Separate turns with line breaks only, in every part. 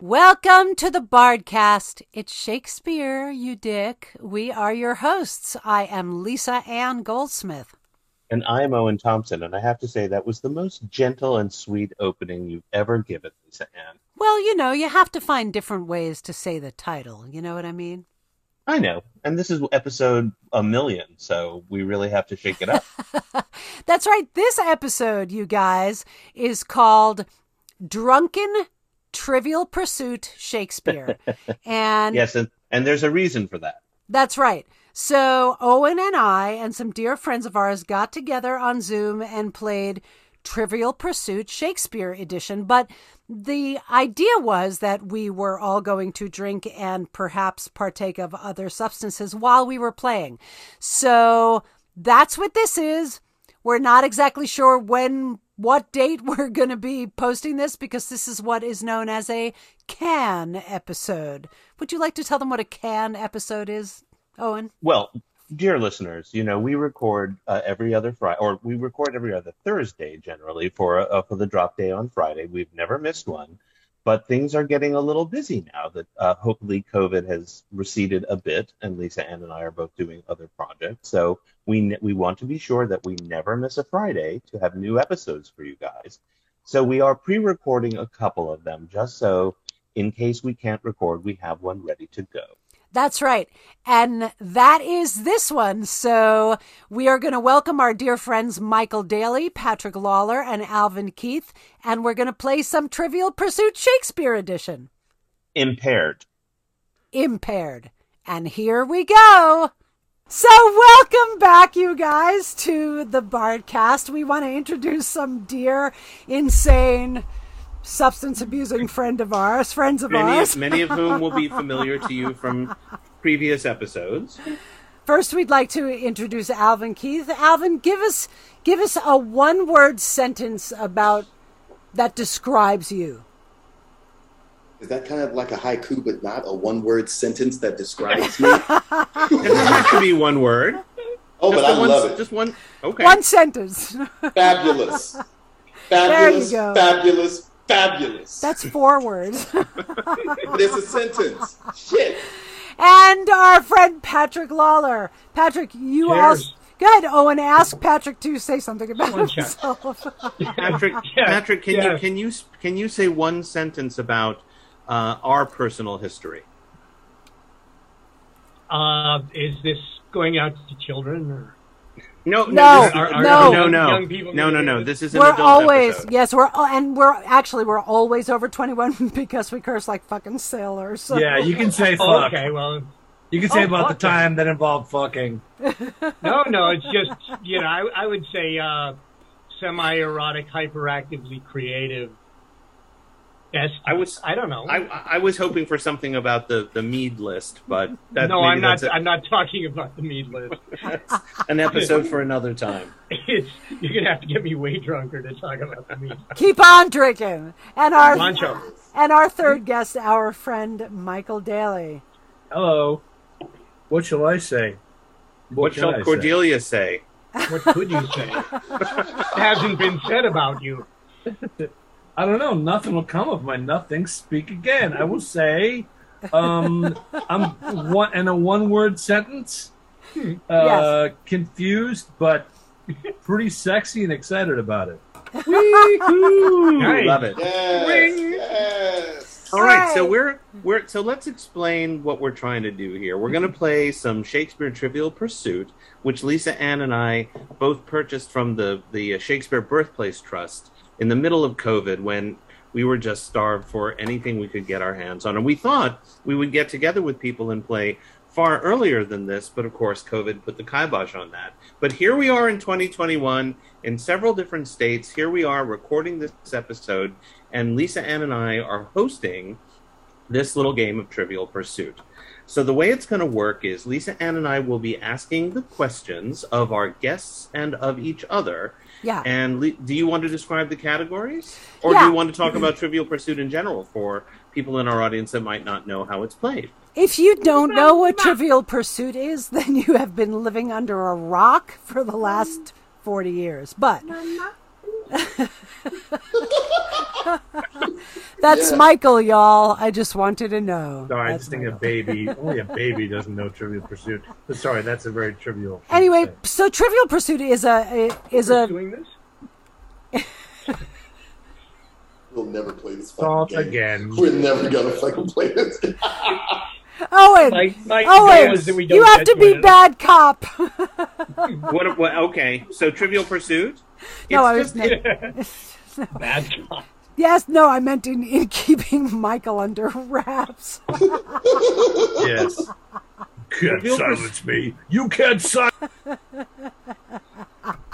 Welcome to the Bardcast. It's Shakespeare, you dick. We are your hosts. I am Lisa Ann Goldsmith.
And I'm Owen Thompson, and I have to say that was the most gentle and sweet opening you've ever given, Lisa Ann.
Well, you know, you have to find different ways to say the title. You know what I mean?
I know. And this is episode a million, so we really have to shake it up.
That's right. This episode, you guys, is called Drunken Trivial Pursuit Shakespeare. and
yes, and, and there's a reason for that.
That's right. So Owen and I and some dear friends of ours got together on Zoom and played Trivial Pursuit Shakespeare edition. But the idea was that we were all going to drink and perhaps partake of other substances while we were playing. So that's what this is. We're not exactly sure when, what date we're going to be posting this because this is what is known as a can episode. Would you like to tell them what a can episode is, Owen?
Well, dear listeners, you know we record uh, every other Friday, or we record every other Thursday generally for uh, for the drop day on Friday. We've never missed one, but things are getting a little busy now that uh, hopefully COVID has receded a bit, and Lisa Ann and I are both doing other projects. So we ne- we want to be sure that we never miss a Friday to have new episodes for you guys. So we are pre-recording a couple of them just so in case we can't record, we have one ready to go.
That's right. And that is this one. So we are going to welcome our dear friends Michael Daly, Patrick Lawler, and Alvin Keith, and we're going to play some Trivial Pursuit Shakespeare edition.
Impaired.
Impaired. And here we go. So, welcome back, you guys, to the Bardcast. We want to introduce some dear, insane, substance abusing friend of ours, friends of
Many,
ours.
many of whom will be familiar to you from previous episodes.
First, we'd like to introduce Alvin Keith. Alvin, give us give us a one word sentence about that describes you.
Is that kind of like a haiku, but not a one word sentence that describes me?
It doesn't have to be one word.
Oh, but
Just
I
the one,
love it.
Just one. Okay.
One sentence.
Fabulous. Fabulous,
go.
fabulous, fabulous.
That's four words.
But it's a sentence. Shit.
and our friend Patrick Lawler. Patrick, you all
Cheers.
good. Owen, ask Patrick to say something about
One check.
himself.
Patrick,
Yeah,
Patrick, can you
yeah.
can you can you say one sentence about uh, our personal history?
Uh, is this going out to children or
No, no,
No,
this- our- our-
no.
no, no,
Young people
no, no, no.
need to-
This is an
we're
adult
always
episode.
yes, we're and we're actually we're always over twenty one because we curse like fucking sailors. So.
Yeah, you can say
Oh,
fuck.
okay well
You can say
Oh,
about the
fuck, yeah.
time that involved fucking.
no no it's just you know i, I would say uh, semi-erotic hyperactively creative yes
I was-
i don't know
I, I was hoping for something about the, the mead list, but that,
no
maybe
i'm not
that's a-
i'm not talking about the meat list
an episode for another time.
it's, you're gonna have to get me way drunker to talk about the meat
Keep on drinking. And our
Pancho.
And our third guest, our friend Michael Daly.
Hello. What shall I say?
What
can I
shall
say?
Cordelia say?
what could you say hasn't been said about you
I don't know. Nothing will come of my nothing. Speak again. I will say, um, I'm one in a one-word sentence.
Hmm.
Uh, Confused, but pretty sexy and excited about it. Wee-hoo!
Nice.
Love it.
Yes. Yes.
All right, so
Right.
we're we're so let's explain what we're trying to do here. We're going to play some Shakespeare Trivial Pursuit, which Lisa Ann and I both purchased from the the uh, Shakespeare Birthplace Trust in the middle of COVID when we were just starved for anything we could get our hands on, and we thought we would get together with people and play far earlier than this, but of course COVID put the kibosh on that. But here we are in 2021 in several different states. Here we are recording this episode and Lisa Ann and I are hosting this little game of Trivial Pursuit. So the way it's going to work is Lisa Ann and I will be asking the questions of our guests and of each other.
Yeah.
And Le- do you want to describe the categories, or do
Yeah.
you want to talk about Trivial Pursuit in general for people in our audience that might not know how it's played?
If you don't know what Trivial Pursuit is, then you have been living under a rock for the last 40 years. But That's
Yeah.
Michael, y'all. I just wanted to know.
Sorry, I
That's
just think a
Michael.
baby, only a baby doesn't know Trivial Pursuit. But sorry, that's a very trivial. thing to
Anyway,
say.
so Trivial Pursuit is a is a
doing this?
We'll never play this fucking
Start
game.
again.
We're never gonna fucking play this.
Owen.
My, my goal
Owen,
is that we don't
Oh, you have
get
to be
it.
bad cop.
What, what? Okay, so Trivial Pursuit.
No, I
It's
was
just-
Bad cop.
yes, no, I meant in, in keeping Michael under wraps.
yes. Can't
Trivial Pursuit-
silence me. You can't silence.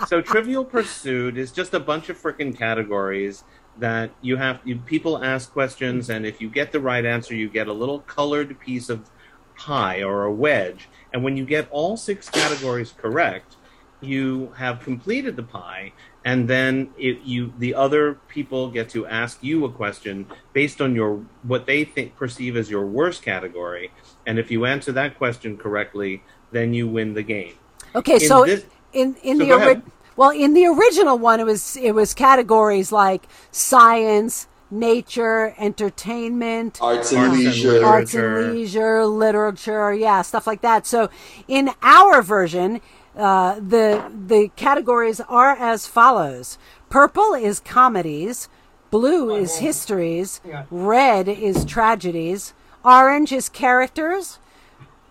so Trivial Pursuit is just a bunch of freaking categories that you have. You, people ask questions, and if you get the right answer, you get a little colored piece of pie or a wedge. And when you get all six categories correct, you have completed the pie. And then it, you, the other people get to ask you a question based on your what they think perceive as your worst category. And if you answer that question correctly, then you win the game.
Okay,
In
so
this-
in in
so
the
go ahead.
ori- well, in the original one, it was it was categories like science, nature, entertainment,
Arts and
Arts and
leisure.
literature.
arts and leisure, literature, yeah, stuff like that. So in our version, uh, the the categories are as follows: purple is comedies, blue is histories, red is tragedies, orange is characters,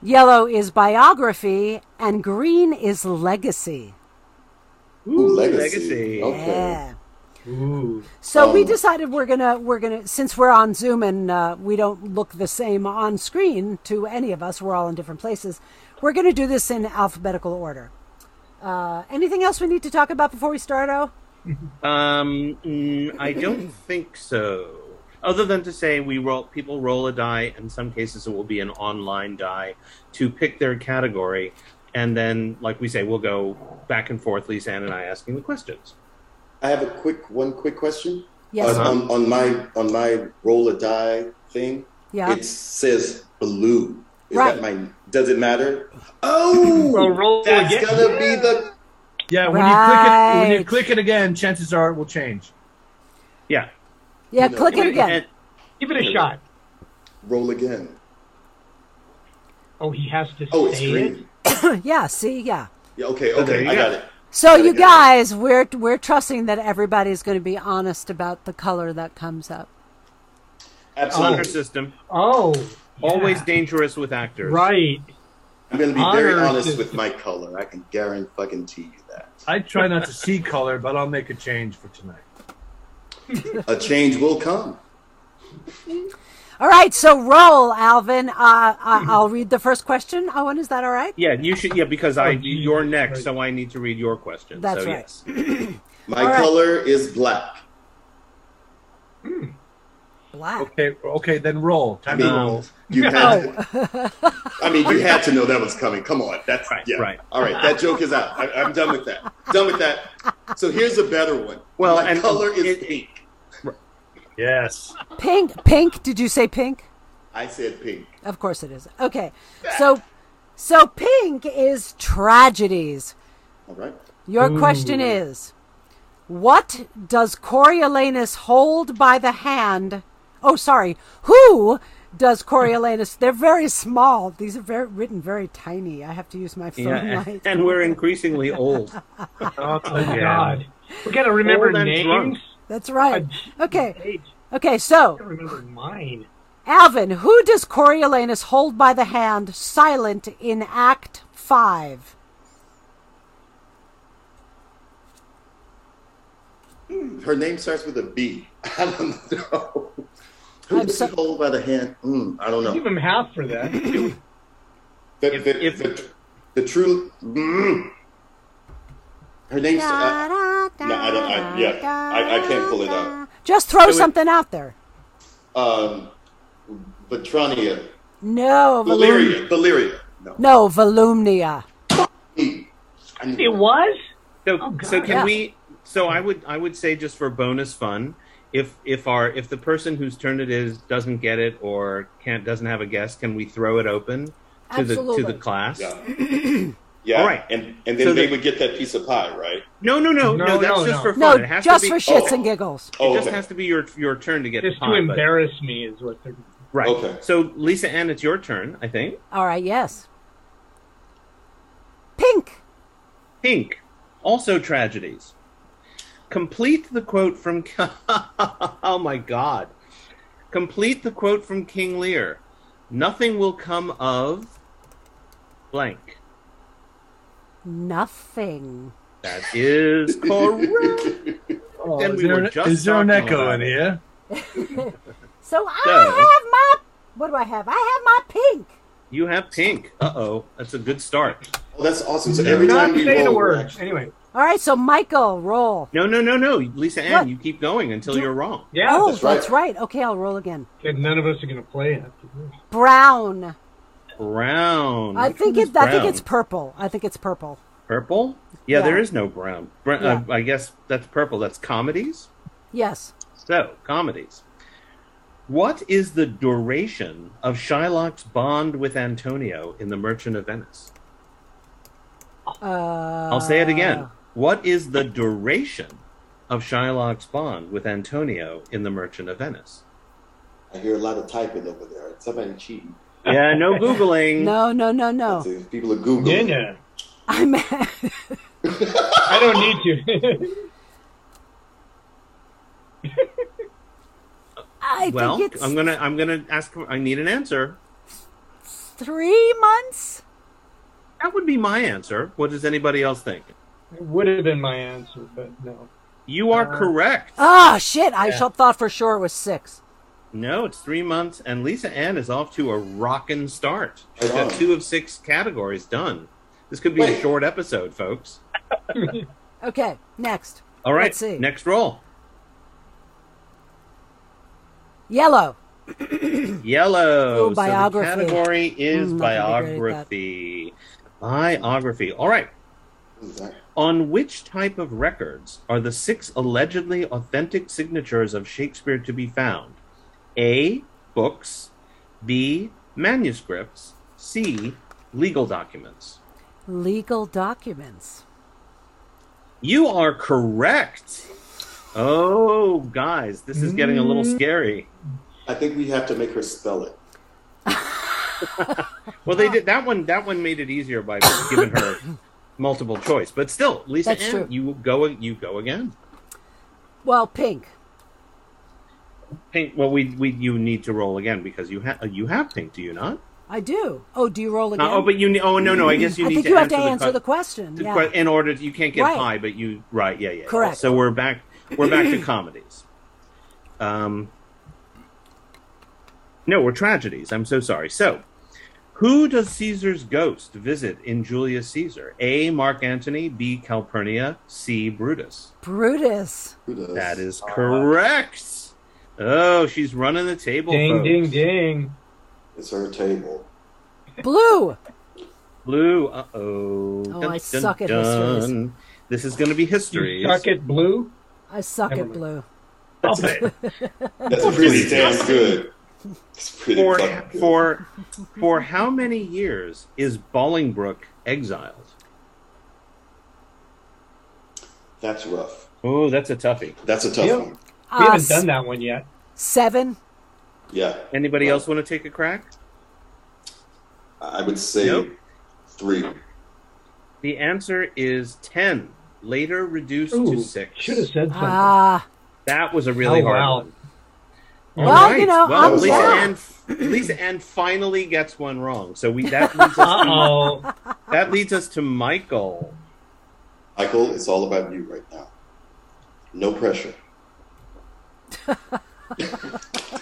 yellow is biography, and green is legacy.
Ooh, legacy. Okay.
Yeah.
Ooh.
So we
Um,
decided we're gonna we're gonna since we're on Zoom and uh, we don't look the same on screen to any of us. We're all in different places. We're gonna do this in alphabetical order. Uh, anything else we need to talk about before we start? Oh,
Um, mm, I don't think so. Other than to say, we roll people roll a die. In some cases, it will be an online die to pick their category, and then, like we say, we'll go back and forth. Lisa Ann and I asking the questions.
I have a quick one quick question.
yes,
On, on, on my on my roll a die thing,
yeah.
it says blue. Is
Right.
that my does it matter? Oh
Well, roll
that's
again.
gonna be the
Yeah, when you click it, when you
Right.
click it again, chances are it will change.
Yeah.
Yeah, click it again.
And-
Give it a shot.
roll again.
Oh, he has to
Oh it's
say it.
green.
Yeah, see, yeah.
Yeah, okay,
there
okay,
you
I
go.
got it.
So
Yeah,
you
yeah.
guys, we're we're trusting that everybody's going to be honest about the color that comes up.
honor
Absolutely.
system
Oh,
always
yeah.
dangerous with actors.
right.
I'm gonna be very
Honor
honest
system.
with my color. I can guarantee you that.
I try not to see color, but I'll make a change for tonight.
A change will come.
All right, so roll, Alvin. Uh, I, I'll read the first question. Owen, is that all right?
Yeah, you should. Yeah, because I
Oh, geez.
you're next, so I need to read your question.
That's
so,
right. Oh,
Yes.
My
All right.
color is black.
Black.
Okay, okay, then roll.
I
Time
mean,
to roll.
you had. I mean, you had to know that was coming. Come on, that's
Right,
yeah.
right.
All right, that joke is out. I, I'm done with that. Done with that. So here's a better one.
Well,
my
and-
color is
it-
pink.
Yes.
Pink. Pink. Did you say pink?
I said pink.
Of course it is. Okay. So so pink is tragedies.
All right.
Your question is what does Coriolanus hold by the hand? Oh sorry. Who does Coriolanus? They're very small. These are very, written very tiny. I have to use my phone
Yeah, and,
light.
and we're increasingly old.
Start
Oh,
again.
God. We gotta remember
Old and
names.
That's right. Okay.
Hey,
Okay, so
I remember mine.
Alvin, who does Coriolanus hold by the hand silent in Act 5?
Her name starts with a B. I don't know. Who
I'm
does
so-
he hold by the hand? Mm, I don't
Give
know.
him half for that.
The,
If-
the,
if-
the, the true. Mm. her name's. Uh, no, I don't- I- yeah, I- I can't pull it out.
Just throw
it-
something out there.
um, Vitrania.
No, Volumnia.
Valeria. Valeria. No.
No, Volumnia.
I knew
It was?
So,
Oh, God.
so can
Yeah.
we? So I would, I would say just for bonus fun, if if our if the person whose turn it is doesn't get it or can't doesn't have a guess, can we throw it open to the to
Absolutely.
the class?
Yeah. Yeah.
All right.
And and then
So
they
the-
would get that piece of pie, right?
No, no, no, no.
No,
that's
no,
just
no.
for fun. it
No,
has
just
to
for
be,
shits
oh.
and giggles.
It
Oh,
just
okay.
has to be your your turn to get
Just
the
to
pie, but-
embarrass me is what they're.
right.
Okay.
So Lisa Ann, it's your turn, I think.
All right, yes. Pink.
Pink, also tragedies. Complete the quote from. oh my God. Complete the quote from King Lear. Nothing will come of blank.
Nothing.
That is correct.
Oh,
Then
is,
we
there
were
an,
just
is there an
talking
echo
about
in
it.
here?
So
No.
I have my. What do I have? I have my pink.
you have pink. Uh oh. That's a good start.
Oh, that's awesome. So every
Not
time you
say
roll,
the
we're
word.
actually-
Anyway.
All right, so Michael, roll.
No, no, no, no. Lisa Ann,
What?
you keep going until you're wrong.
Yeah.
oh,
that's right.
that's right. Okay, I'll roll again.
And none of us are going to play it. after this.
Brown.
Brown.
I
Which
think
one is
it. I think
brown?
it's purple. I think it's purple.
purple. Yeah,
Yeah.
there is no brown. Br- uh, I guess that's purple. That's comedies.
Yes.
So, comedies. What is the duration of Shylock's bond with Antonio in The Merchant of Venice?
Uh,
I'll say it again. What is the duration of Shylock's bond with Antonio in The Merchant of Venice?
I hear a lot of typing over there. Somebody cheating.
Yeah, no Googling.
No, no, no,
That's
no.
it. People are Googling.
Yeah, yeah.
I'm.
I don't need to.
I
well,
think it's
I'm gonna I'm gonna ask. I need an answer.
three months.
That would be my answer. What does anybody else think?
it would have been my answer, but no.
You
Uh,
are correct.
Oh shit! I shall thought for sure it was six.
No, it's three months, and Lisa Ann is off to a rockin' start. She's
Right
got
on.
two of six categories done. This could be a
Wait.
short episode, folks.
Okay, next.
All right,
Let's see.
next roll.
Yellow.
Yellow.
Ooh, biography.
So the category is
Mm, nothing to be great at that.
biography. Biography. All right.
What is that?
On which type of records are the six allegedly authentic signatures of Shakespeare to be found? A. Books. B. Manuscripts. C. Legal documents.
Legal documents.
You are correct. Oh, guys, this is getting a
Mm.
little scary.
I think we have to make her spell it.
Well, they did that one. That one made it easier by giving her multiple choice. But still, Lisa,
That's true.
Ann, you go. You go again.
Well, pink.
Pink. Well, we, we you need to roll again because you have you have pink. Do you not?
I do. Oh, do you roll again?
Uh, oh, but you. ne- Oh no, no. I guess you
I
need
think
to
you have
answer
to answer
que-
the question.
to
yeah.
que- in order you can't get
Right.
high, but you right. Yeah, yeah. yeah.
Correct.
So we're back. We're back to comedies. Um. No, we're tragedies. I'm so sorry. So, who does Caesar's ghost visit in Julius Caesar? A. Mark Antony. B. Calpurnia. C. Brutus.
Brutus.
Who does?
That is correct. Oh, she's running the table.
Ding,
folks.
ding, ding.
It's her table.
Blue.
Blue. Uh oh.
Oh, I suck at histories.
This is going to be history.
You suck at blue.
I suck
Never
at
mind.
blue.
Stop it.
That's pretty damn good. It's pretty
for
fucking good.
for for how many years is Bolingbroke exiled?
That's rough.
Oh, that's a toughie.
That's a tough
Yeah.
one.
We
Uh,
haven't done that one yet.
Seven.
Yeah.
Anybody else want to take a crack?
I would say
Nope.
three.
The answer is ten. Later reduced to six.
Should have said something.
Ah.
That was a really
Oh,
hard
wow.
one.
Well,
All right.
you know,
well,
I'm
Lisa
down.
Ann, Lisa Ann finally gets one wrong. So we that leads us
Uh
to,
oh.
that leads us to Michael.
Michael, it's all about you right now. No pressure.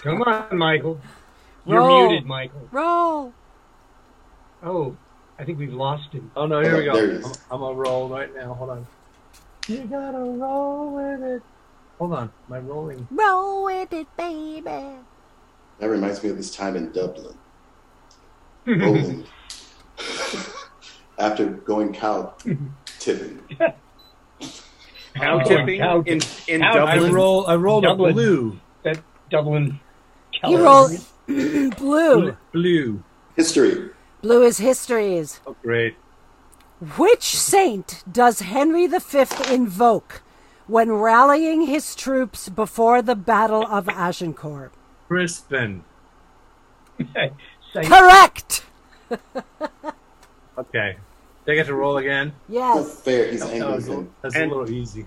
Come on, Michael. You're
Roll.
muted, Michael.
roll.
Oh, I think we've lost him.
Oh no, here we
There it
go.
is.
I'm on roll right now. Hold on. You gotta roll with it. Hold on, my rolling.
Roll with it, baby.
That reminds me of this time in Dublin. Rolling. After going cow tipping.
Cow
Oh,
tipping
cow
in, in
Cow
I
Dublin.
roll. I rolled
Dublin.
a blue.
That Dublin.
He
Keller.
rolls blue.
Blue.
History.
Blue is histories.
Oh, great.
Which saint does Henry V invoke when rallying his troops before the Battle of Agincourt?
Crispin.
Say,
Correct!
Okay. They get to roll again.
That's
Yes.
fair. He's
That was a-
Anglican.
That's
And-
a little easy.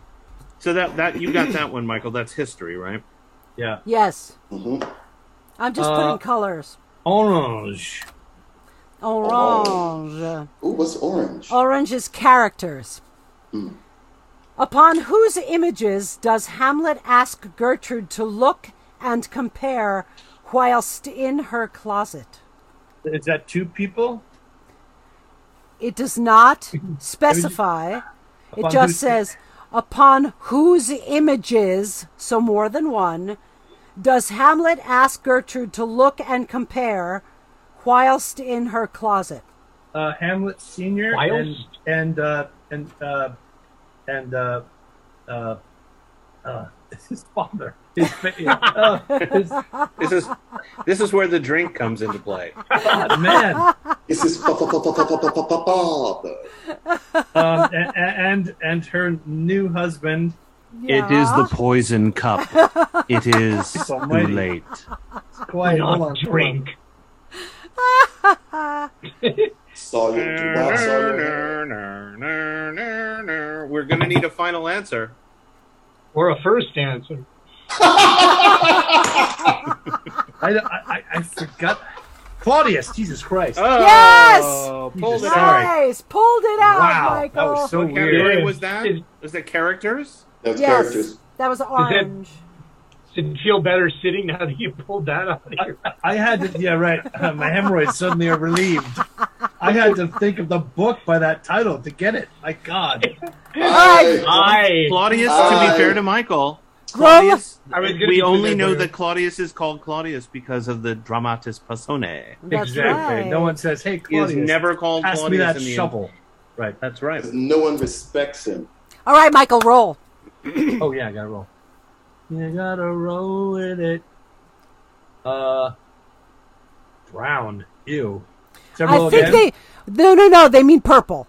So that that you got that one, Michael. That's history, right?
Yeah.
Yes.
hmm
I'm just
Uh,
putting colors.
Orange.
Orange.
Ooh, what's orange?
Oh. Orange's characters. Mm. Upon whose images does Hamlet ask Gertrude to look and compare whilst in her closet?
Is that two people?
It does not specify. It
Upon
just
whose-
says, upon whose images, so more than one, does Hamlet ask Gertrude to look and compare whilst in her closet?
Uh, Hamlet Senior and
Whilst?
and uh, and uh, and uh, uh, uh, his father. His, fa- uh, his
This is this is where the drink comes into play.
God, man.
This is fa fa fa fa fa fa fa fa fa.
Um, and, and and her new husband.
poison cup. It is
almighty. Quiet. hold on,
not
hold on.
drink.
Saw you. Do not saw your hand.
We're gonna need a final answer.
Or a first answer.
I, I, I- I forgot. Claudius, Jesus Christ.
Oh,
Yes!
Pulled it
Jesus. Sorry.
out.
Nice! Pulled it out,
wow,
Michael.
that was so
What category
weird.
was that?
Is-
Was that characters?
Those
yes,
characters.
that was orange.
Does it feel better sitting now that you pulled that out of your
I had to, yeah, right. Uh, my hemorrhoids suddenly are relieved. I had to think of the book by that title to get it. My God.
I,
eye?
Claudius, to
Uh,
be fair to Michael,
Grow-
Claudius.
I was gonna
we
get to
only
that
know
later.
that Claudius is called Claudius because of the dramatis personae.
That's
exactly.
right.
No one says, "Hey,
He is
Claudius,
never called
pass
Claudius
me that
in the
shovel." Right.
That's right.
no one respects him.
All right, Michael, roll.
Oh yeah, I gotta roll. You gotta roll with it. Uh, brown. Ew. Should
I
roll
think
again?
they. No, no, no. They mean purple.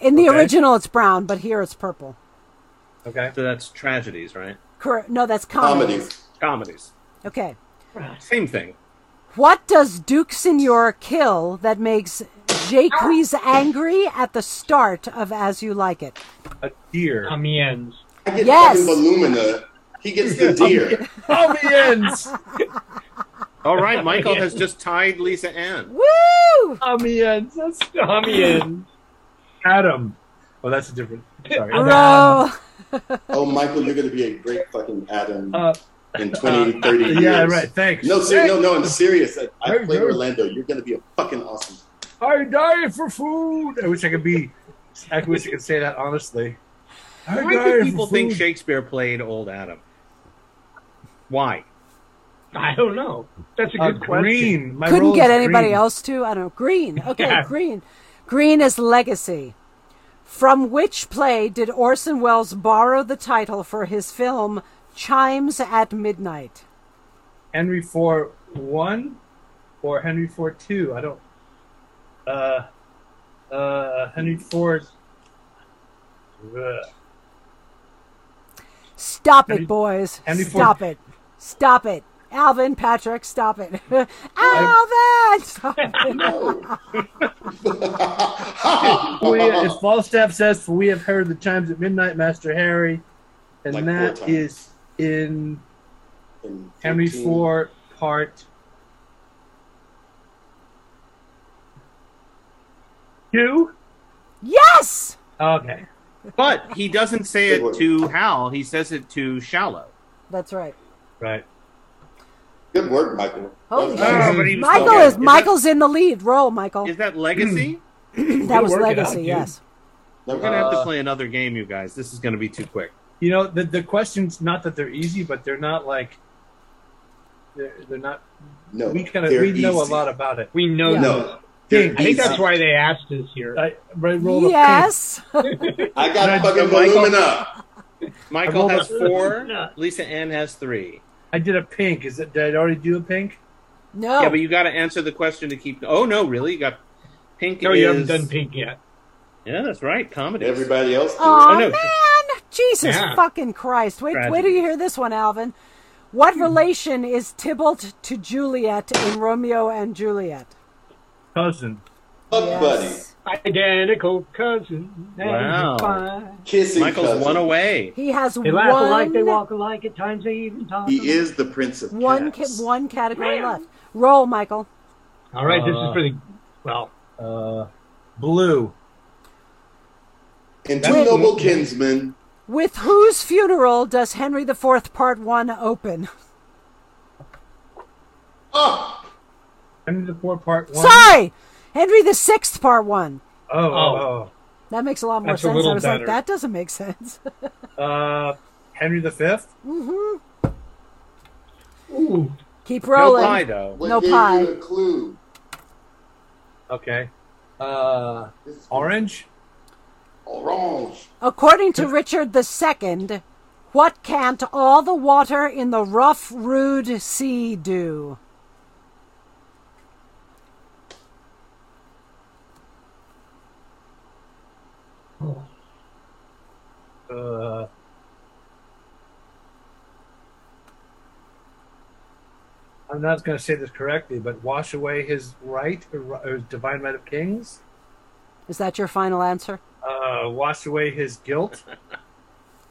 In the
Okay.
original, it's brown, but here it's purple.
Okay.
So that's tragedies, right?
Correct. No, that's comedy.
Comedies.
Comedies.
Okay.
Same thing.
What does Duke Senor kill that makes Jaques angry at the start of As You Like It?
A deer.
Amiens.
I get
Yes.
fucking Volumina. He gets the deer.
Amiens.
All right, Michael has just tied Lisa Ann.
Woo!
Amiens. That's
Amiens.
Adam. Oh, that's a different. Sorry.
Roll.
Oh, Michael, you're going to be a great fucking Adam
Uh,
in 20, 30 years.
yeah. Right. Thanks.
No, ser- no, no, I'm serious. I, I
Hey,
played
dude.
Orlando. You're going to be a fucking awesome.
I die for food. I wish I could be. I wish I could say that honestly. I
Why
die
do
for
people think
food.
Shakespeare played old Adam? Why?
I don't know. That's a
Uh,
good question.
green. My
Couldn't
roll
get
is
anybody
green.
else to. I don't know. Green. Okay,
Yeah.
green. Green is legacy. From which play did Orson Welles borrow the title for his film Chimes at Midnight?
Henry Four One or Henry Four Two. I don't. Uh, uh, Henry Four. uh, Ugh.
Stop
Henry-
it, boys.
Henry Ford-
Stop it. Stop it. Alvin, Patrick, stop it. Alvin! Stop it.
No.
We, if Falstaff says, "For we have heard the chimes at midnight, Master Harry," and
Like
that
four times.
is in
In
Henry
15
Four Part Two.
Yes!
Okay.
But he doesn't say it to Hal. He says it to Shallow.
That's right.
Right.
Good work, Michael.
Holy
That-
shit.
that-
Oh, but he was
Michael
still-
is,
Is that-
Michael's in the lead. Roll, Michael.
Is that legacy?
That was
work it out,
legacy,
dude.
yes.
that-
We're gonna have to
Uh,
play another game, you guys. This is gonna be too quick.
You know the the questions. Not that they're easy, but they're not like. They're, they're not.
no,
We kind of
they're
we know a
easy.
lot about it.
We know
Yeah.
that.
No,
Ding.
I think
Easy.
that's why they asked us here.
I, I rolled a
Yes.
I got
Right,
fucking
Michael.
Volumina.
Michael
I rolled
has
a-
four.
No.
Lisa Ann has three.
pink. I did a pink. Is it? Did I already do a pink?
No.
Yeah, but you got to answer the question to keep. Oh no, Oh, really? You got pink.
No,
is...
you haven't done pink yet.
Yeah, that's right. Comedy.
Everybody else. do it.
Oh,
no.
man, Jesus
Yeah.
fucking Christ! Wait, wait till
Tragedy.
you hear this one, Alvin. What relation is Tybalt to Juliet in Romeo and Juliet?
Cousin.
Fuck
Yes.
Identical cousin. that is
Wow.
fine.
buddy. Kissing
Michael's
cousin.
one away.
He has
They laugh alike, they
one,
walk alike. At times they even talk.
He
alike.
is the prince of
one, ca-
cats.
one category left. Roll, Michael.
All right, this
Uh,
is for the well.
Uh, blue.
and two
Wait.
noble kinsmen.
With whose funeral does Henry IV Part One open?
Oh,
Henry the Four Part One.
Sorry, Henry the Sixth Part One.
Oh, oh,
That makes a lot more
That's a
sense. I
little
was
better.
like, that doesn't make sense.
oh. Uh, Henry the Fifth.
Ooh,
Keep
No
rolling.
pie though.
what
No
gave
pie.
you a clue?
Okay. Uh,
This-
orange.
Orange.
According to Richard II, what can't all the water in the rough, rude sea do?
Uh, I'm not going to say this correctly, but wash away his right, or, ri- or his divine right of kings.
Is that your final answer?
Uh, wash away his guilt.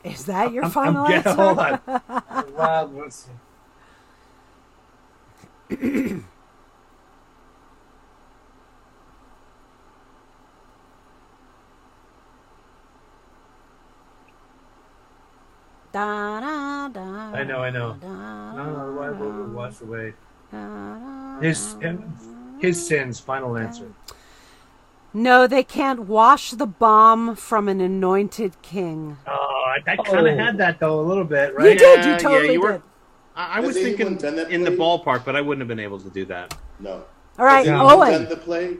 Is that your
I'm-
final
I'm getting,
answer?
hold on. Well, let's see.
Da, da, da,
I know, I know.
da,
No, no, why would we wash away
da, da.
his his sins? Final answer.
No, they can't wash the bomb from an anointed king.
Oh, I kind of had that though a little bit,
You
right?
did. You
Yeah,
totally
yeah, you were-
did.
I, I
Has
was
anyone
thinking
done that
in the
play?
ballpark, but I wouldn't have been able to do that.
No.
All right,
Yeah.
Owen.
the play.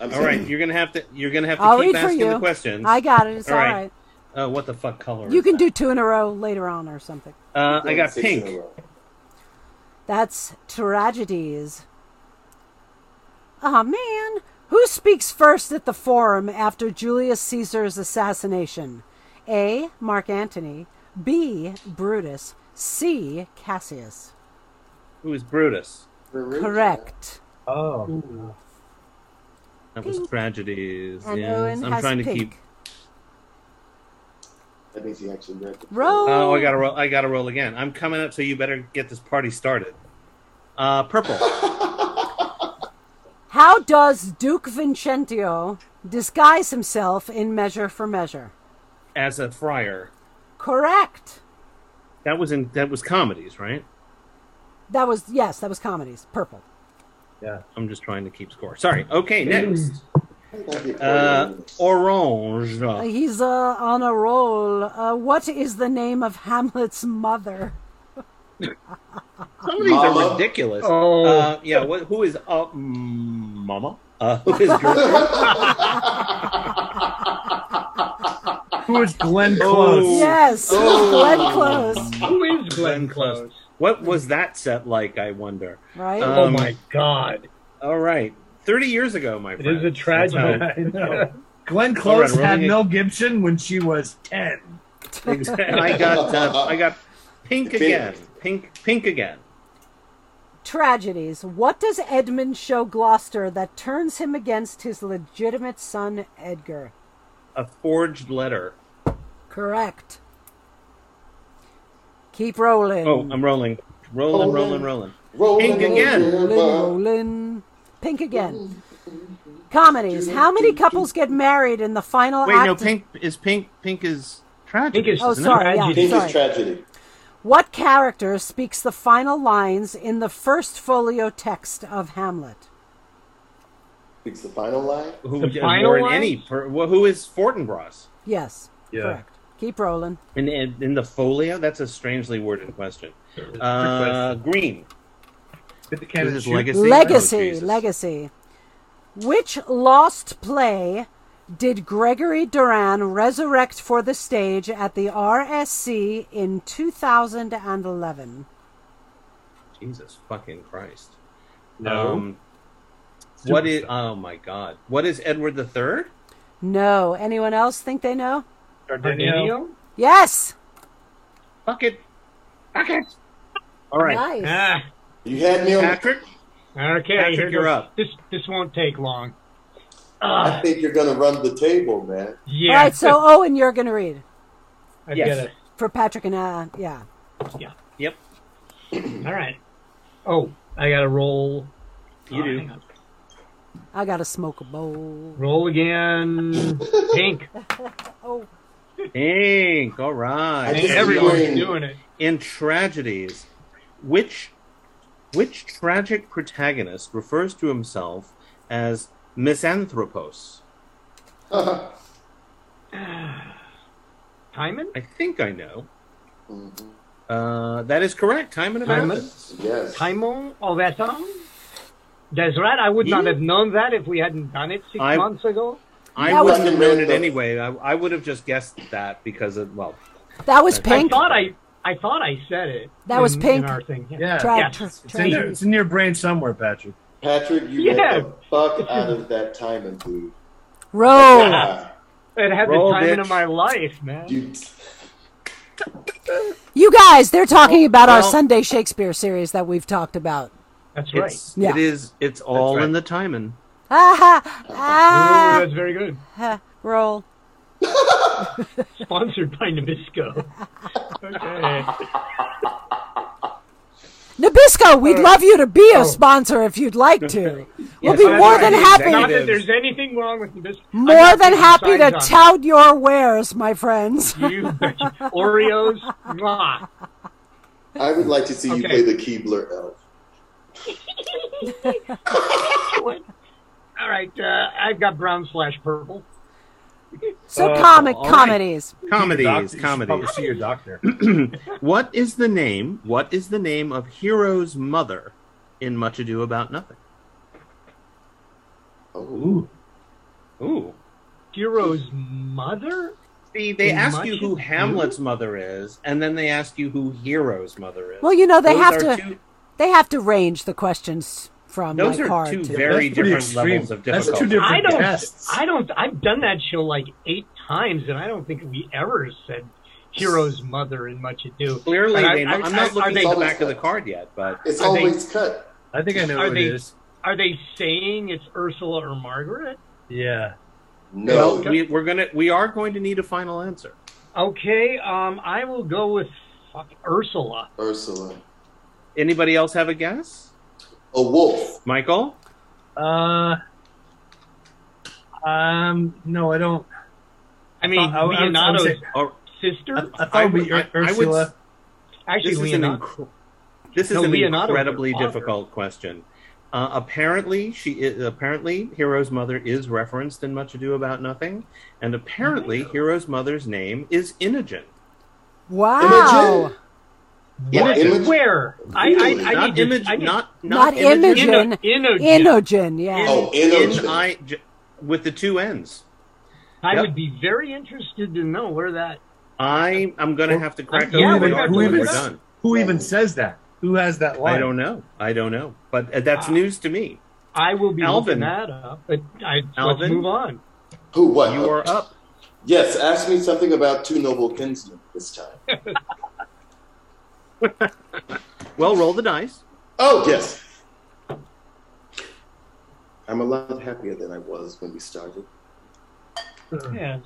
I'm
All right, you're gonna have to. You're gonna have to
I'll
keep
read for
asking
you.
the questions.
I got it. It's all
All
right.
right. Uh, what the fuck color?
You
is
can
that?
do two in a row later on or something.
Uh, I got
Six in a
pink.
row.
That's tragedies. Ah, man. Who speaks first at the forum after Julius Caesar's assassination? A. Mark Antony. B. Brutus. C. Cassius.
Who is Brutus?
Veruca.
Correct.
Oh,
That was tragedies.
And
yes.
Owen
I'm
has
trying to
pink.
keep.
That means he actually read the play.
Roll.
Oh, I gotta roll. I gotta roll again. I'm coming up, so you better get this party started. Uh, purple.
How does Duke Vincentio disguise himself in Measure for Measure?
as a friar.
Correct.
That was in. That was comedies, right?
That was, yes, that was comedies. Purple.
yeah.
I'm just trying to keep score. Sorry. Okay, next.
That'd be
Uh,
orange.
orange.
Uh, He's uh, on a roll. Uh, what is the name of Hamlet's mother?
Some of these
Mama.
are ridiculous.
Oh.
Uh, yeah. What, who is uh, mm, Mama? Uh, who is Gertrude?
Who is Glenn
Oh.
Close?
Yes, Glenn Close.
who is
Glenn
Oh. Glenn Close?
what was that set like? I wonder.
Right?
Uh,
Oh
Um,
my God!
All right, thirty years ago, my
It
friend.
is a tragedy.
I know. Glenn Close
rolling
had
it.
Mel Gibson when she was ten.
That's how- I got. Uh, I got pink again. Pink. Pink again.
Tragedies. What does Edmund show Gloucester that turns him against his legitimate son, Edgar?
A forged letter.
Correct. Keep rolling.
Oh, I'm rolling. Rolling, rolling,
Rolling.
rolling.
Roll
Pink
the
again.
river.
Rolling, rolling. Pink again. Comedies. How many couples get married in the final
Wait,
act?
no, pink is pink. Pink is tragic.
Pink is-
Oh,
Isn't it?
sorry. Yeah,
Tragedies.
Pink
sorry.
is tragedy.
What character speaks the final lines in the first folio text of Hamlet?
It's the final line.
who
The final
or in
one?
any per, well, who is Fortinbras?
Yes.
Yeah.
Correct. Keep rolling.
In, in in the folio? That's a strangely worded question. Uh, green.
Did the cannon
This is
shoot?
legacy. See, oh,
Legacy.
Jesus.
legacy. Which lost play did Gregory Duran resurrect for the stage at the RSC in 2011?
Jesus fucking Christ.
No.
Um, what is? Oh my God. What is Edward the Third?
No. Anyone else think they know?
Dardanio?
Yes.
Bucket. Bucket.
All right.
Nice.
Ah,
You had me on.
Patrick,
okay.
Patrick,
here
you're
goes.
up.
This this won't take long.
I think you're going to run the table, man.
Yeah.
All right. So Owen, you're going to read
I
Yes.
get it.
for Patrick and uh, yeah.
Yep.
All right. Oh, I gotta roll.
You
Oh,
do.
hang on.
I got to smoke a bowl.
Roll again. Pink.
Oh,
Pink. All
I
right.
just-
Everyone's
doing-
doing it.
In tragedies, which which tragic protagonist refers to himself as misanthropos?
Timon.
I think I know.
Mm-hmm.
Uh, that is correct. Timon of
Timon?
Athens.
Yes.
Timon of Athens. That's right. I would not
Yeah.
have known that if we hadn't done it six
I-
months ago.
I
That
wouldn't
was-
have known it anyway. I, I would have just guessed that because of well,
that was
I
pink.
thought I, I thought I said it.
That was
in-
pink.
In our thing. Yeah.
Yeah.
Tra-
Yes.
tra-
It's in, your, it's in your brain somewhere, Patrick.
Patrick, you
Yeah.
had the fuck out of that timing, dude.
Roll.
Ah,
It had
Roll,
the time
bitch.
of my life, man.
you,
You guys, they're talking about our
Well-
Sunday Shakespeare series that we've talked about.
That's right.
it's
Yeah.
it is it's all
right.
in the timing.
Ah, ha,
Ooh,
ah,
that's very good.
ha. roll.
Sponsored by Nabisco. okay.
Nabisco, we'd love you to be a sponsor if you'd like to. We'll be
that's
more
right.
than
The
Not
happy,
executive-
that there's anything wrong with Nabisco. I'm
more
not
than
putting
happy to
signs on
tout your wares, my friends.
it. You betcha. Oreos. Mwah.
I would like to see you
Okay.
play the Keebler elf.
All right. Uh, I've got brown slash purple.
So
Uh,
comic
all right.
comedies.
Comedies,
Doctor- you should probably
comedies.
see your doctor.
What is the name? What is the name of Hero's mother in Much Ado About Nothing?
Oh,
Ooh.
Ooh.
Hero's mother.
See, they
In
ask
Much
you who
Ado?
Hamlet's mother is, and then they ask you who Hero's mother is.
Well, you know they
Those
have to
are Two,
they have to range the questions from
those
like
are
hard
two
to
very
That's pretty
different
extreme.
levels of
That's
difficulty.
two different
I don't.
tests.
I don't. I've done that show like eight times, and I don't think we ever said Hero's mother in Much Ado.
Clearly,
And I-
they,
I-
I'm
I-
not
are
looking
they,
at
they-
the back of the card yet, but
it's
I think-
always cut.
I think I know
Are
what
they-
it is.
Are they saying it's Ursula or Margaret?
Yeah.
No,
well, we, we're gonna we are going to need a final answer.
Okay. Um, I will go with fuck, Ursula.
Ursula.
Anybody else have a guess?
A wolf.
Michael?
Uh. Um. No, I don't.
I mean, Oh,
I- I- I would- I would
Leonardo's
say-
Or,
sister.
I, I thought it would be
I would-
Ur-
I would-
Ursula.
Actually,
this is an
Leonardo.
incre- this is
No,
an
Leonardo was
incredibly
her father.
difficult question. Uh, apparently, she i- apparently Hero's mother is referenced in Much Ado About Nothing, and apparently Hero's mother's name is Inogen.
Wow.
Imogen?
What?
Imogen.
Where? I,
Really?
I, I
not
need
Imogen,
To, I need,
not
Not
not, Imogen.
Imogen.
Ino- Inogen.
Inogen, yeah.
Oh,
N-
Inogen.
I- J- with the two N's.
I
Yep.
would be very interested to know where that.
I am going to have to crack
uh, Yeah,
open the
we're not
article
doing
when we're
this.
done.
Who even says that? Who has that line?
I don't know. I don't know. But uh, that's
Ah.
news to me.
I will be
Alvin.
looking that up. But I,
Alvin?
let's move on.
Who? What?
You are up.
Yes. Ask me something about two noble kinsmen this time.
Well, roll the dice.
Oh yes. I'm a lot happier than I was when we started.
Yes,
That's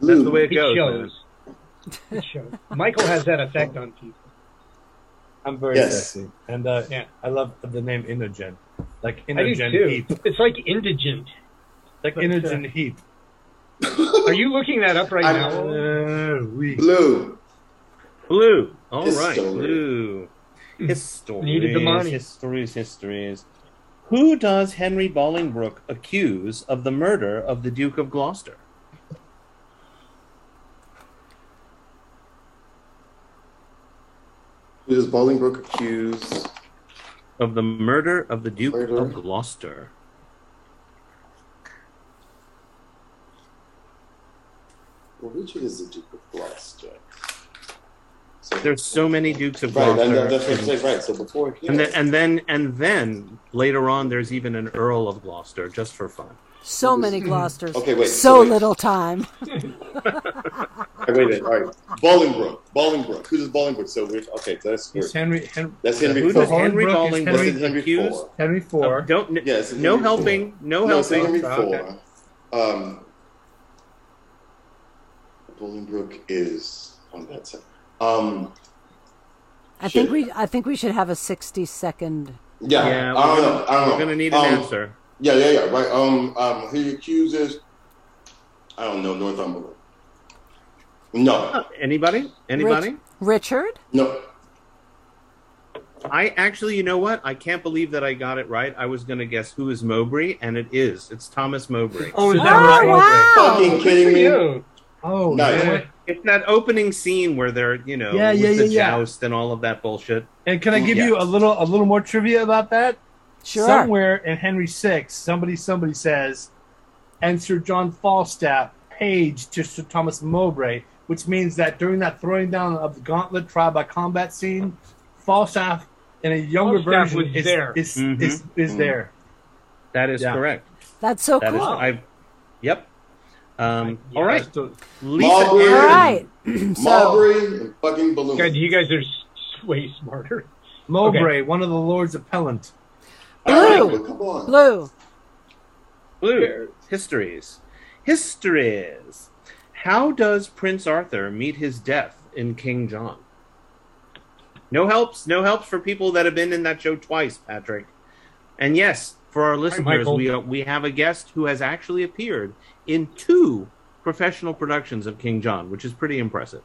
the
Lou,
way it
it
goes.
shows.
man.
It shows. Michael has that effect on people.
I'm very
Yes.
sexy, and uh,
Yeah.
I love the name Inogen, like
I do
Inogen
too.
Heap,
It's like indigent.
like
But, uh,
Inogen Heap.
Are you looking that up right
I'm-
now?
Uh, we.
Blue.
Blue. All right,
History.
Blue. Histories.
Needed the money.
Histories, histories. Who does Henry Bolingbroke accuse of the murder of the Duke of Gloucester?
Who does Bolingbroke accuse?
Of the murder of the Duke
Murder.
of Gloucester.
Well, Richard is the Duke of Gloucester. So,
There's so many Dukes of
right,
Gloucester.
and uh, that's what I'm saying. Right. So before him,
And then, and then, and then later on, there's even an Earl of Gloucester, just for fun.
So many Gloucesters.
Okay, wait,
So
wait.
little time.
Wait a minute. All right. Bolingbroke. Bolingbroke. Who's Bolingbroke? So we're okay. So that's
It's
weird.
Henry, Henry,
That's Henry
Who
So
does
Ford.
Henry
Holbrook
Bowling
is
was
Henry- Henry
accused?
Ford.
Henry
Of,
Four.
don't n-
Yes,
no
Henry
helping, no
No, it's
helping.
Henry
Okay.
Ford. Um, Bolingbroke is on that side. Um,
I
Shit.
think we I think we should have a 60 second.
yeah.
Yeah, we're
I don't know.
gonna-
I don't know.
We're gonna need
Um,
an answer.
Yeah, yeah, yeah. Right. Um, um, who he accuses. I don't know. Northumberland. No,
Anybody? Anybody?
Richard?
no.
I actually, you know what? I can't believe that I got it right. I was gonna guess who is Mowbray, and it is. It's Thomas Mowbray.
Oh, is
Oh,
that right?
wow.
Fucking kidding me.
You.
Oh,
Nice.
yeah.
It's that opening scene where they're, you know,
Yeah,
with
yeah,
the
yeah, yeah.
joust and all of that bullshit.
And can I give you
Yeah.
a little a little more trivia about that?
Sure.
Somewhere in Henry Six, somebody somebody says, and Sir John Falstaff paged to Sir Thomas Mowbray, which means that during that throwing down of the gauntlet trial by combat scene, Falstaff in a younger
Falstaff
version
was
is
there.
is
Mhm.
is, is
Mhm.
there.
That is
Yeah.
correct.
That's so
That is.
Oh, cool.
I. Yep. Um,
Yeah,
all right,
so-
Lisa.
Mowbray.
All
Aaron.
right. so
Mulberry and fucking balloon.
God, you guys are s- way smarter.
Mowbray, one of the Lord's appellant.
All
Blue.
right, come on.
Lou,
Blue. Histories. Histories. How does Prince Arthur meet his death in King John? No helps. No helps for people that have been in that show twice, Patrick. And yes, for our listeners,
Michael.
we, uh, we have a guest who has actually appeared in two professional productions of King John, which is pretty impressive.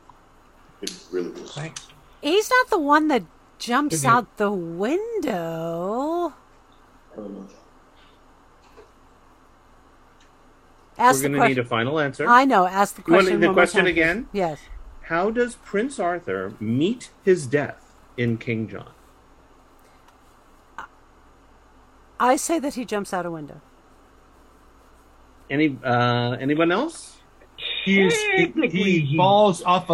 It's really good.
he's not the one that jumps
Didn't he?
out the window.
I don't know.
Ask
We're
the
going to need
question.
a final answer.
I know. Ask the
You want
question.
the
one more
question
time.
again?
Yes.
How does Prince Arthur meet his death in King John?
I say that he jumps out a window.
Any uh, anyone else?
He, is, he,
Technically,
he
he-
falls off a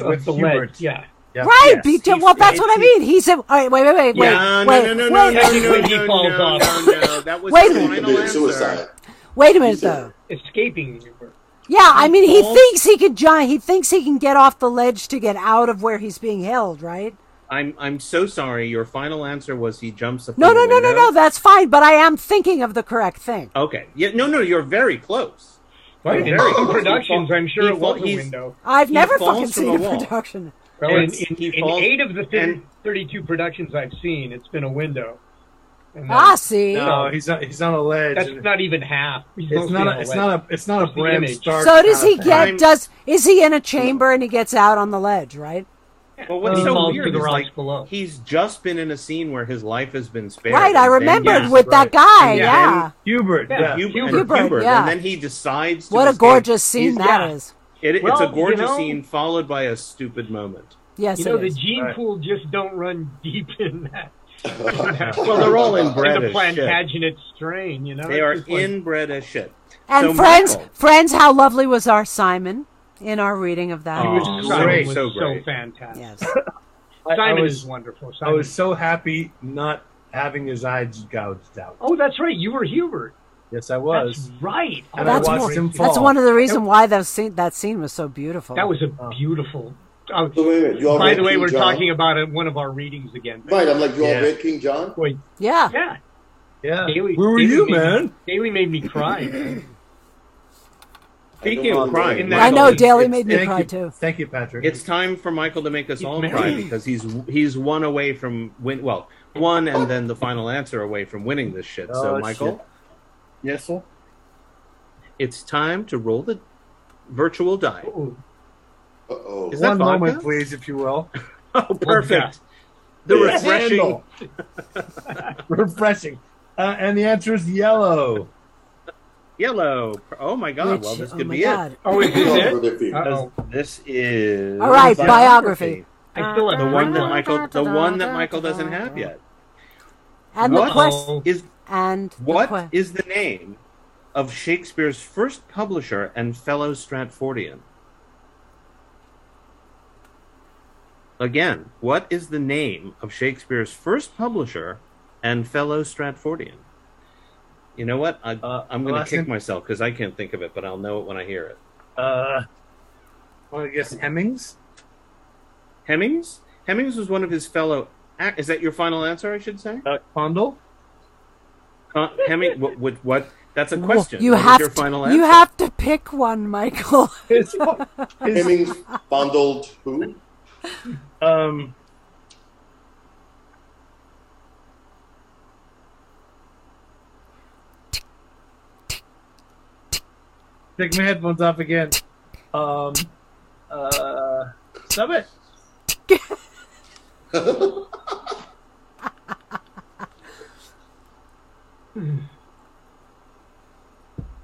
Off- off
with
the
Hubert.
ledge, Yeah.
Yeah.
Right.
Yes,
be-
he-
well, that's what I
he-
mean. He said, all right, wait, wait, wait, wait.
no,
wait,
no, no, no,
wait,
no, no, no,
Technically, he
no,
falls
no,
off.
no, no. That was
Wait.
the
He
He
final
committed
answer.
suicide.
wait a minute,
said-
though.
Escaping Hubert.
Yeah, I mean, he
falls-
thinks he could jump. He thinks he can get off the ledge to get out of where he's being held, right?
I'm I'm so sorry. Your final answer was he jumps up.
No,
in
no,
the
no, no,
window?
no. That's fine. But I am thinking of the correct thing.
Okay. Yeah. No, no. You're very close.
Right.
You're
In
very
some
close.
productions,
He
I'm sure
he
it was
fall-
a
he's-
window.
I've
He
never
falls
fucking
from
seen
a
a
wall.
production.
Well, in,
It's-
in,
he
in
falls-
eight of the
and-
30, 32 productions I've seen, it's been a window. And
Ah,
that's,
see.
No, he's not. He's on a ledge.
that's
and-
not even half. He's
It's
mostly on
not. A,
the
it's
ledge.
not a. It's not a
It's the
Bram
image.
Stark.
So does
kind
he
of
get?
thing.
Does is he in a chamber and he gets out on the ledge? Right.
Well, what's
He
so
falls
weird
to the
is
rocks
like
below.
he's just been in a scene where his life has been spared.
right. I
and then
remembered
he's-
with that
right.
guy.
Yeah.
Yeah.
Hubert.
Yeah,
Yeah.
Hubert, and
Hubert,
Hubert,
yeah.
and then he decides. To
What a
escape.
gorgeous scene
He's-
that
yeah.
is.
It, it's
Well,
a
you
gorgeous
know-
scene followed by a stupid moment.
Yes.
You know,
it
the
is.
gene
Right.
pool just don't run deep in that.
Well, they're all inbred
in the
as shit.
Plantagenet strain, you know?
They
It's
are
just like-
inbred as shit.
and
So
friends,
Michael-
friends, how lovely was our Simon in our reading of that? Oh,
He
Which
Aw,
Simon
great,
was
so
so,
great.
fantastic.
Yes.
I, I
Simon is
was.
wonderful.
I
Simon.
was so happy not having his eyes gouged out.
oh, that's right. You were Hubert.
Yes, I was.
That's right.
And
That's
I watched
more-
him fall.
That's one of the reason why that scene that scene was so beautiful.
That was
Uh-huh.
a beautiful. oh,
So wait a minute. You all
by
read
the way,
King
we're
John?
talking about it, one of our readings again.
Right. I'm like, you all
Yeah.
read King John?
Boy,
yeah.
yeah.
yeah.
Daily,
Where were
Daily
you,
made me-
man?
Daily made me cry. man.
Speaking
I
of
don't
crime,
know.
I know
Michael,
Daly
It's-
made me
thank
cry
you.
too.
Thank you, Patrick.
It's time for Michael to make us
He's
all cry
married.
because he's he's one away from win. Well, one and then the final answer away from winning this shit. so,
Oh,
Michael,
shit. yes, sir.
it's time to roll the virtual die.
Ooh,
Uh oh.
Is that
One
vodka?
moment, please, if you will.
Oh, perfect. The
Yes.
refreshing.
Handle. refreshing. Uh, and the answer is yellow.
Yellow. Oh my god!
Which-
well, this
oh
could
my
be
God.
it.
Oh, is this it?
Uh,
Uh-oh.
This is
All right, biography.
I still have
The one that
one.
Michael, the one that Michael doesn't have yet.
And the
What
quest
Uh-oh.
is
and the
what
que-
is the name of Shakespeare's first publisher and fellow Stratfordian? Again, what is the name of Shakespeare's first publisher and fellow Stratfordian? You know what? I,
Uh,
I'm going to
last
kick
name-
myself because I can't think of it, but I'll know it when I hear it.
Uh, well, I guess Hemmings.
Hemmings? Hemmings was one of his fellow. ac- Is that your final answer? I should say.
Uh, Condal.
Uh, Hemming. What, what? What? That's a question.
You
What is
have
your
to,
final answer.
you have to pick one, Michael.
His, his,
Hemmings fondled who?
um, take my headphones off again. Um, uh, stop it.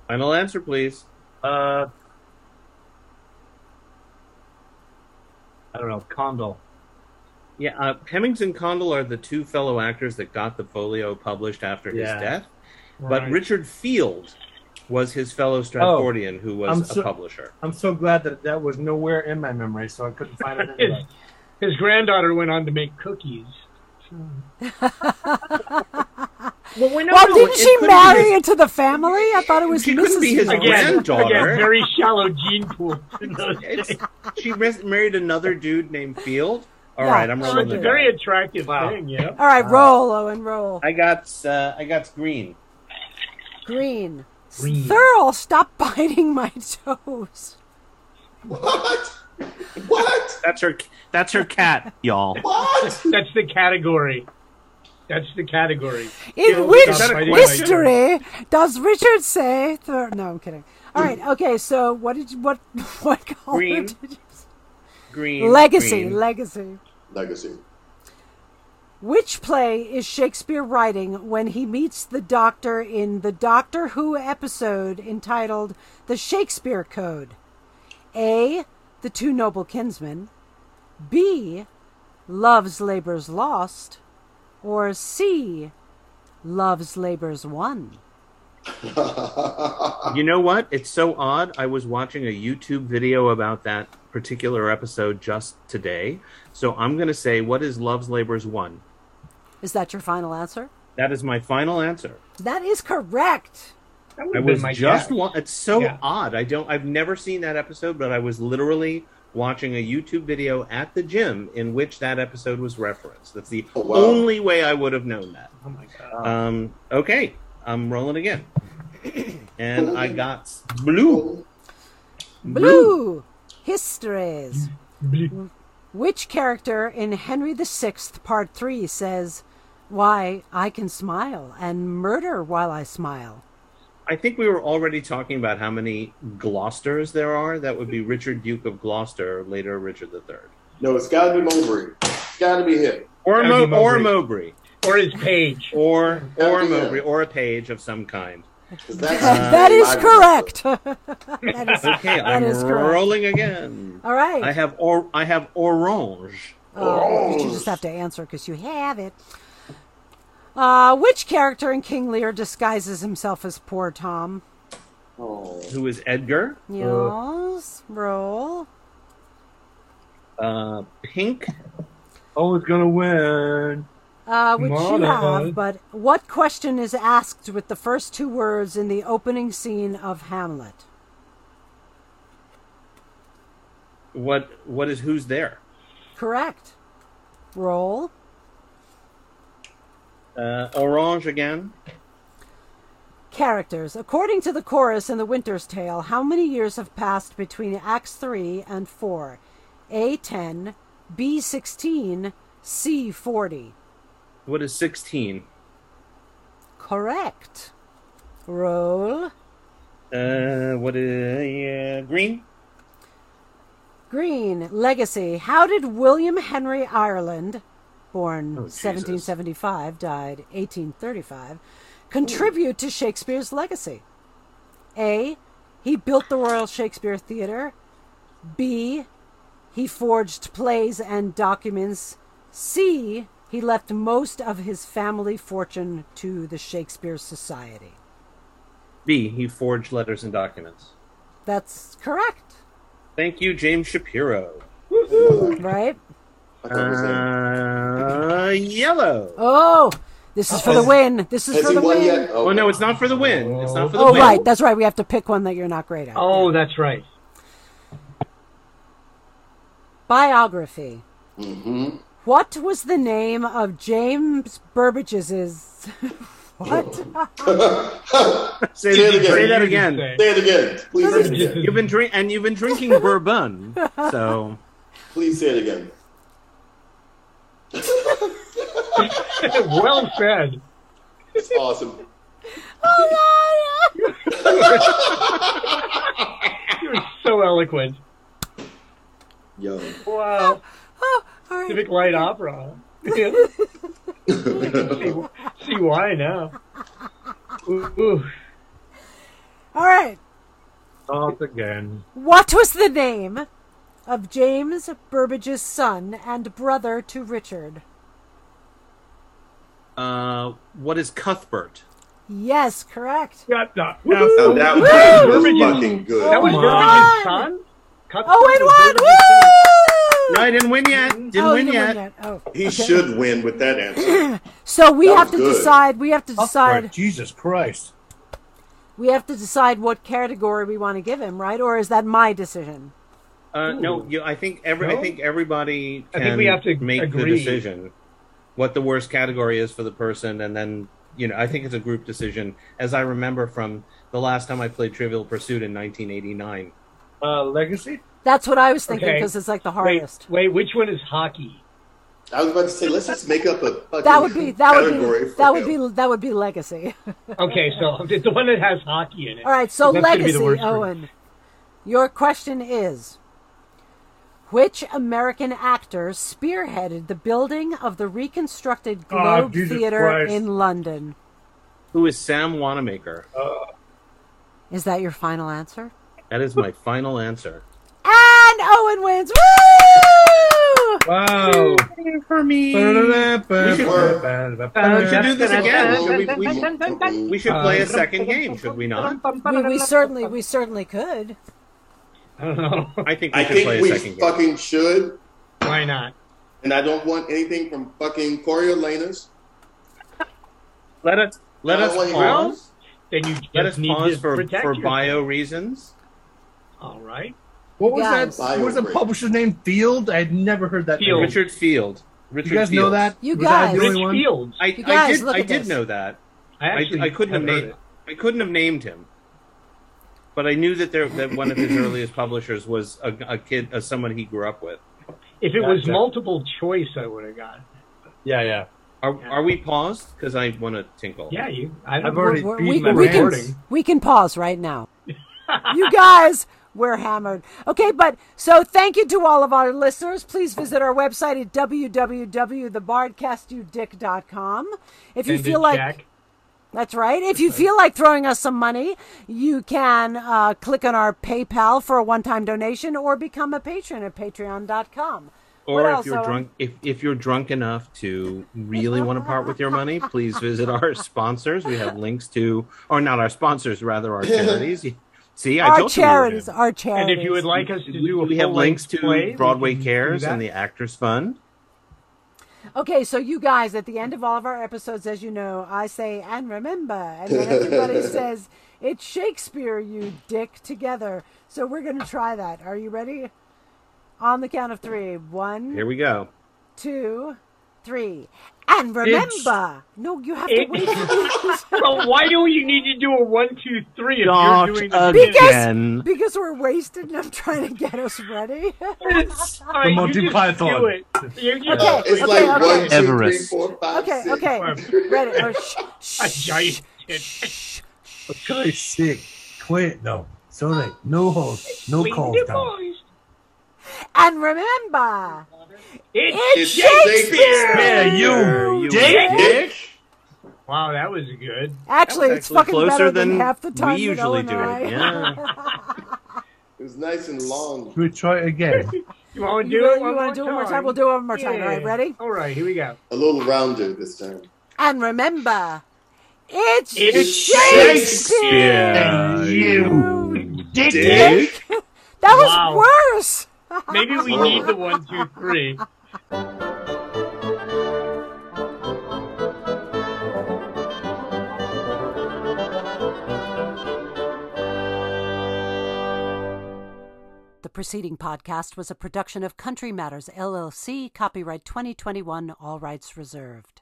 Final answer, please.
Uh, I don't know. Condal.
Yeah, uh, Hemmings and Condell are the two fellow actors that got the folio published after
Yeah.
his death. But
Right.
Richard Field was his fellow Stratfordian who
Oh, I'm
was
so-
a publisher.
I'm so glad that that was nowhere in my memory, so I couldn't find it.
His,
Anyway.
his granddaughter went on to make cookies.
Well, we know
Well, didn't she marry into the family? I thought it was
She
Mrs.
couldn't be his
Field.
grand-
Again,
Granddaughter?
again, very shallow gene pool. in those days.
she res- married another dude named Field. All
Yeah,
right, I'm
she
So
rolling
it's
the
a very
dice.
attractive thing, yeah.
All right, roll, Owen, roll.
I got uh, I got green.
Green.
Green.
Thurl, stop biting my toes.
What? What?
That's her. That's her cat, y'all.
What?
That's the category. That's the category.
In
Yeah,
which
stop biting my
history does Richard say Thur? No, I'm kidding. All right, okay. So what did you, what what color
Mm. Green.
did you?
Green.
Legacy,
green.
legacy.
Legacy.
Which play is Shakespeare writing when he meets the Doctor in the Doctor Who episode entitled The Shakespeare Code? A. The Two Noble Kinsmen. B. Love's Labor's Lost. Or C. Love's Labor's Won.
You know what? It's so odd. I was watching a YouTube video about that particular episode just today. So I'm going to say, what is Love's Labor's One?
Is that your final answer?
That is my final answer.
That is correct.
That
I
would've been
was
my
just
guess.
wa- it's so
Yeah.
odd. I don't I've never seen that episode, but I was literally watching a YouTube video at the gym in which that episode was referenced. That's the
Oh, wow.
only way I would have known that.
Oh my god.
Um, okay, I'm rolling again. and I got blue.
Blue. Histories.
Blue.
Which character in Henry VI, Part 3 says, Why, I can smile and murder while I smile?
I think we were already talking about how many Gloucesters there are. That would be Richard Duke of Gloucester, later Richard III.
No, it's gotta be Mowbray. It's gotta be him.
Or,
That would
Mo-
be
or
Mowbray.
Mowbray.
Or his page.
Or, or
Yeah.
Mowbray. Or a page of some kind.
'Cause That's,
Uh,
Uh,
that is
I-
correct. that is,
Okay,
that
I'm
is correct.
rolling again.
All right.
I have or I have orange.
Oh,
Uh, but you just have to answer because you have it. Uh, which character in King Lear disguises himself as poor Tom?
Oh.
Who is Edgar?
Yes, roll.
Uh, pink.
Owen's gonna win.
Uh, which you
Mother.
have, but what question is asked with the first two words in the opening scene of Hamlet?
What what is who's there?
Correct. Roll.
Uh, orange again.
Characters. According to the chorus in The Winter's Tale, how many years have passed between Acts 3 and 4? A 10, B 16, C 40.
What is sixteen?
Correct. Roll.
Uh, what is uh, green?
Green. Legacy. How did William Henry Ireland, born
Oh,
Jesus.
1775, died 1835, contribute to Shakespeare's legacy? A. He built the Royal Shakespeare Theatre. B. He forged plays and documents. C. He left most of his family fortune to the Shakespeare Society.
B. He forged letters and documents.
That's correct,
Thank you, James Shapiro.
right?
I thought it was him.
Uh, yellow.
Oh, This is for the win. This is
Has
for
he
the
won
win.
yet? Oh,
Well, no, it's not for the win. It's not for the
Oh,
win.
right. That's right. We have to pick one that you're not great at.
Oh, that's right.
Biography.
Mm-hmm.
What was the name of James Burbage's? what?
Oh.
Say,
Say it
that-
again.
say that
You
again.
say.
Say it again. Please say it again.
You've been drink and you've been drinking bourbon. So
Please say it again.
well said.
It's awesome.
Oh, God.
You're so eloquent.
Yo.
Wow.
Oh, all right.
Civic Light Opera. see, see why now. Ooh, ooh.
All right.
Off again.
What was the name of James Burbage's son and brother to Richard?
uh, what is Cuthbert?
Yes, correct.
Got that.
Now that was fucking good.
uh, That was
Oh,
my.
Burbage's son? Cut
Oh, and
through
what?
Burbage's
Woo!
No, I didn't win yet. Didn't
Oh, you
win
didn't
yet.
Oh.
He should win with that answer.
So we
That
have to
was good.
decide. We have
Oh.
to decide.
Jesus Christ.
We have to decide what category we want to give him, right? Or is that my decision?
Uh, no, you, I think every I
No?
think everybody.
I
Can
think we have to
make
agree.
the decision what the worst category is for the person, and then you know I think it's a group decision, as I remember from the last time I played Trivial Pursuit in 1989.
Uh, legacy?
That's what I was thinking
Okay.
because it's like the
Wait,
hardest.
wait, which one is hockey?
I was about to say, let's just make up a fucking
That would be that would
category
be
for
that would
him.
be that would be legacy.
Okay, so it's the one that has hockey in it.
All right, so
That's gonna be
legacy,
the worst for
Owen. Your question is which American actor spearheaded the building of the reconstructed
Ah,
Globe
Jesus
Theatre
Christ.
in London?
Who is Sam Wanamaker?
Is that your final answer?
That is my final answer.
And Owen wins. Woo!
Wow.
For me,
We
Oh, should do this again.
We-
We-
we-
we should play a second game, should we not?
We, we certainly we certainly could.
I don't know.
I think we
I
should play
think
a
we
second game.
fucking should,
Why not?
and I don't want anything from fucking Coriolanus.
Let us let
I
us
don't want anything
pause.
else.
Then you just
Let us
need
pause
to
for
protect
for
yourself.
bio reasons.
All right.
What was
Guys.
that? What was the publisher's name? Field? I had never heard that.
Field.
name.
Richard Field. Richard
You guys know
Fields.
that?
You
Was that
guys.
the only
Rich
one?
Fields.
I,
You
I
guys,
did.
look
I
at
did
this.
know that.
I
I,
actually
I couldn't have
haven't heard
named I couldn't have named him, but I knew that there that one of his earliest publishers was a, a kid, uh, someone he grew up with.
it. If it was
Gotcha.
multiple choice, I would have got. it.
Yeah, yeah.
Are are we paused? Because I want to tinkle.
Yeah, you. I
I've
don't
already
We're-
beat
we,
my
can- we
recording.
can, we can pause right now. you guys, we're hammered. Okay, but so thank you to all of our listeners. Please visit our website at www.thebardcastyoudick.com. If you
ended,
feel like
Jack.
that's right. If you feel like throwing us some money, you can uh, click on our PayPal for a one-time donation or become a patron at patreon.com. What
Or if
else,
you're
Owen?
drunk, if if you're drunk enough to really want to part with your money, please visit our sponsors. We have links to, or not our sponsors, rather our charities. See, I
Our
told you we were gonna-
charities, our charities.
And if you would like us to
we,
do a
we have
full-length
links to
play, we
Broadway
can do
Cares
that.
and the Actors Fund.
Okay, so you guys, at the end of all of our episodes, as you know, I say, and remember, and then everybody says, it's Shakespeare, you dick, together. So we're going to try that. Are you ready? On the count of three. One,
Here we go.
two, three. And remember, no, you have to
It-
wait.
Well, why do you need to do a one, two, three if
Not
you're doing
uh,
again.
the
because, because we're wasted and I'm trying to get us ready.
All right,
The
you
Monty
just
Python.
Do it.
Okay.
You just do it.
Uh, It's like
okay.
one, two, three,
Everest.
four, five,
Okay,
six.
okay. Ready. Oh, shh,
A
shh,
giant tit.
shh.
Okay, sick. Quit. No. Sorry. No holes. No
Clean
calls
the
down.
boys.
And remember,
It's
it's
It's
Shakespeare!
Shakespeare.
Yeah, you,
You
dick.
Dick.
wow, that was good.
Actually, it's
actually
fucking better
closer
than,
than
half the time
we
that
usually
Owen
do
and
it,
I-
It was nice and long.
We try again.
You want to
You
do
really-
it? One
you
want
wanna
to
do it one more time? We'll do it one more time. All right, ready?
All right, here we go.
A little rounder this time.
And remember, it's,
It's
Shakespeare.
you, dick.
That was
Wow.
worse.
Maybe we need the one, two, three.
The preceding podcast was a production of Country Matters, LLC, copyright 2021, all rights reserved.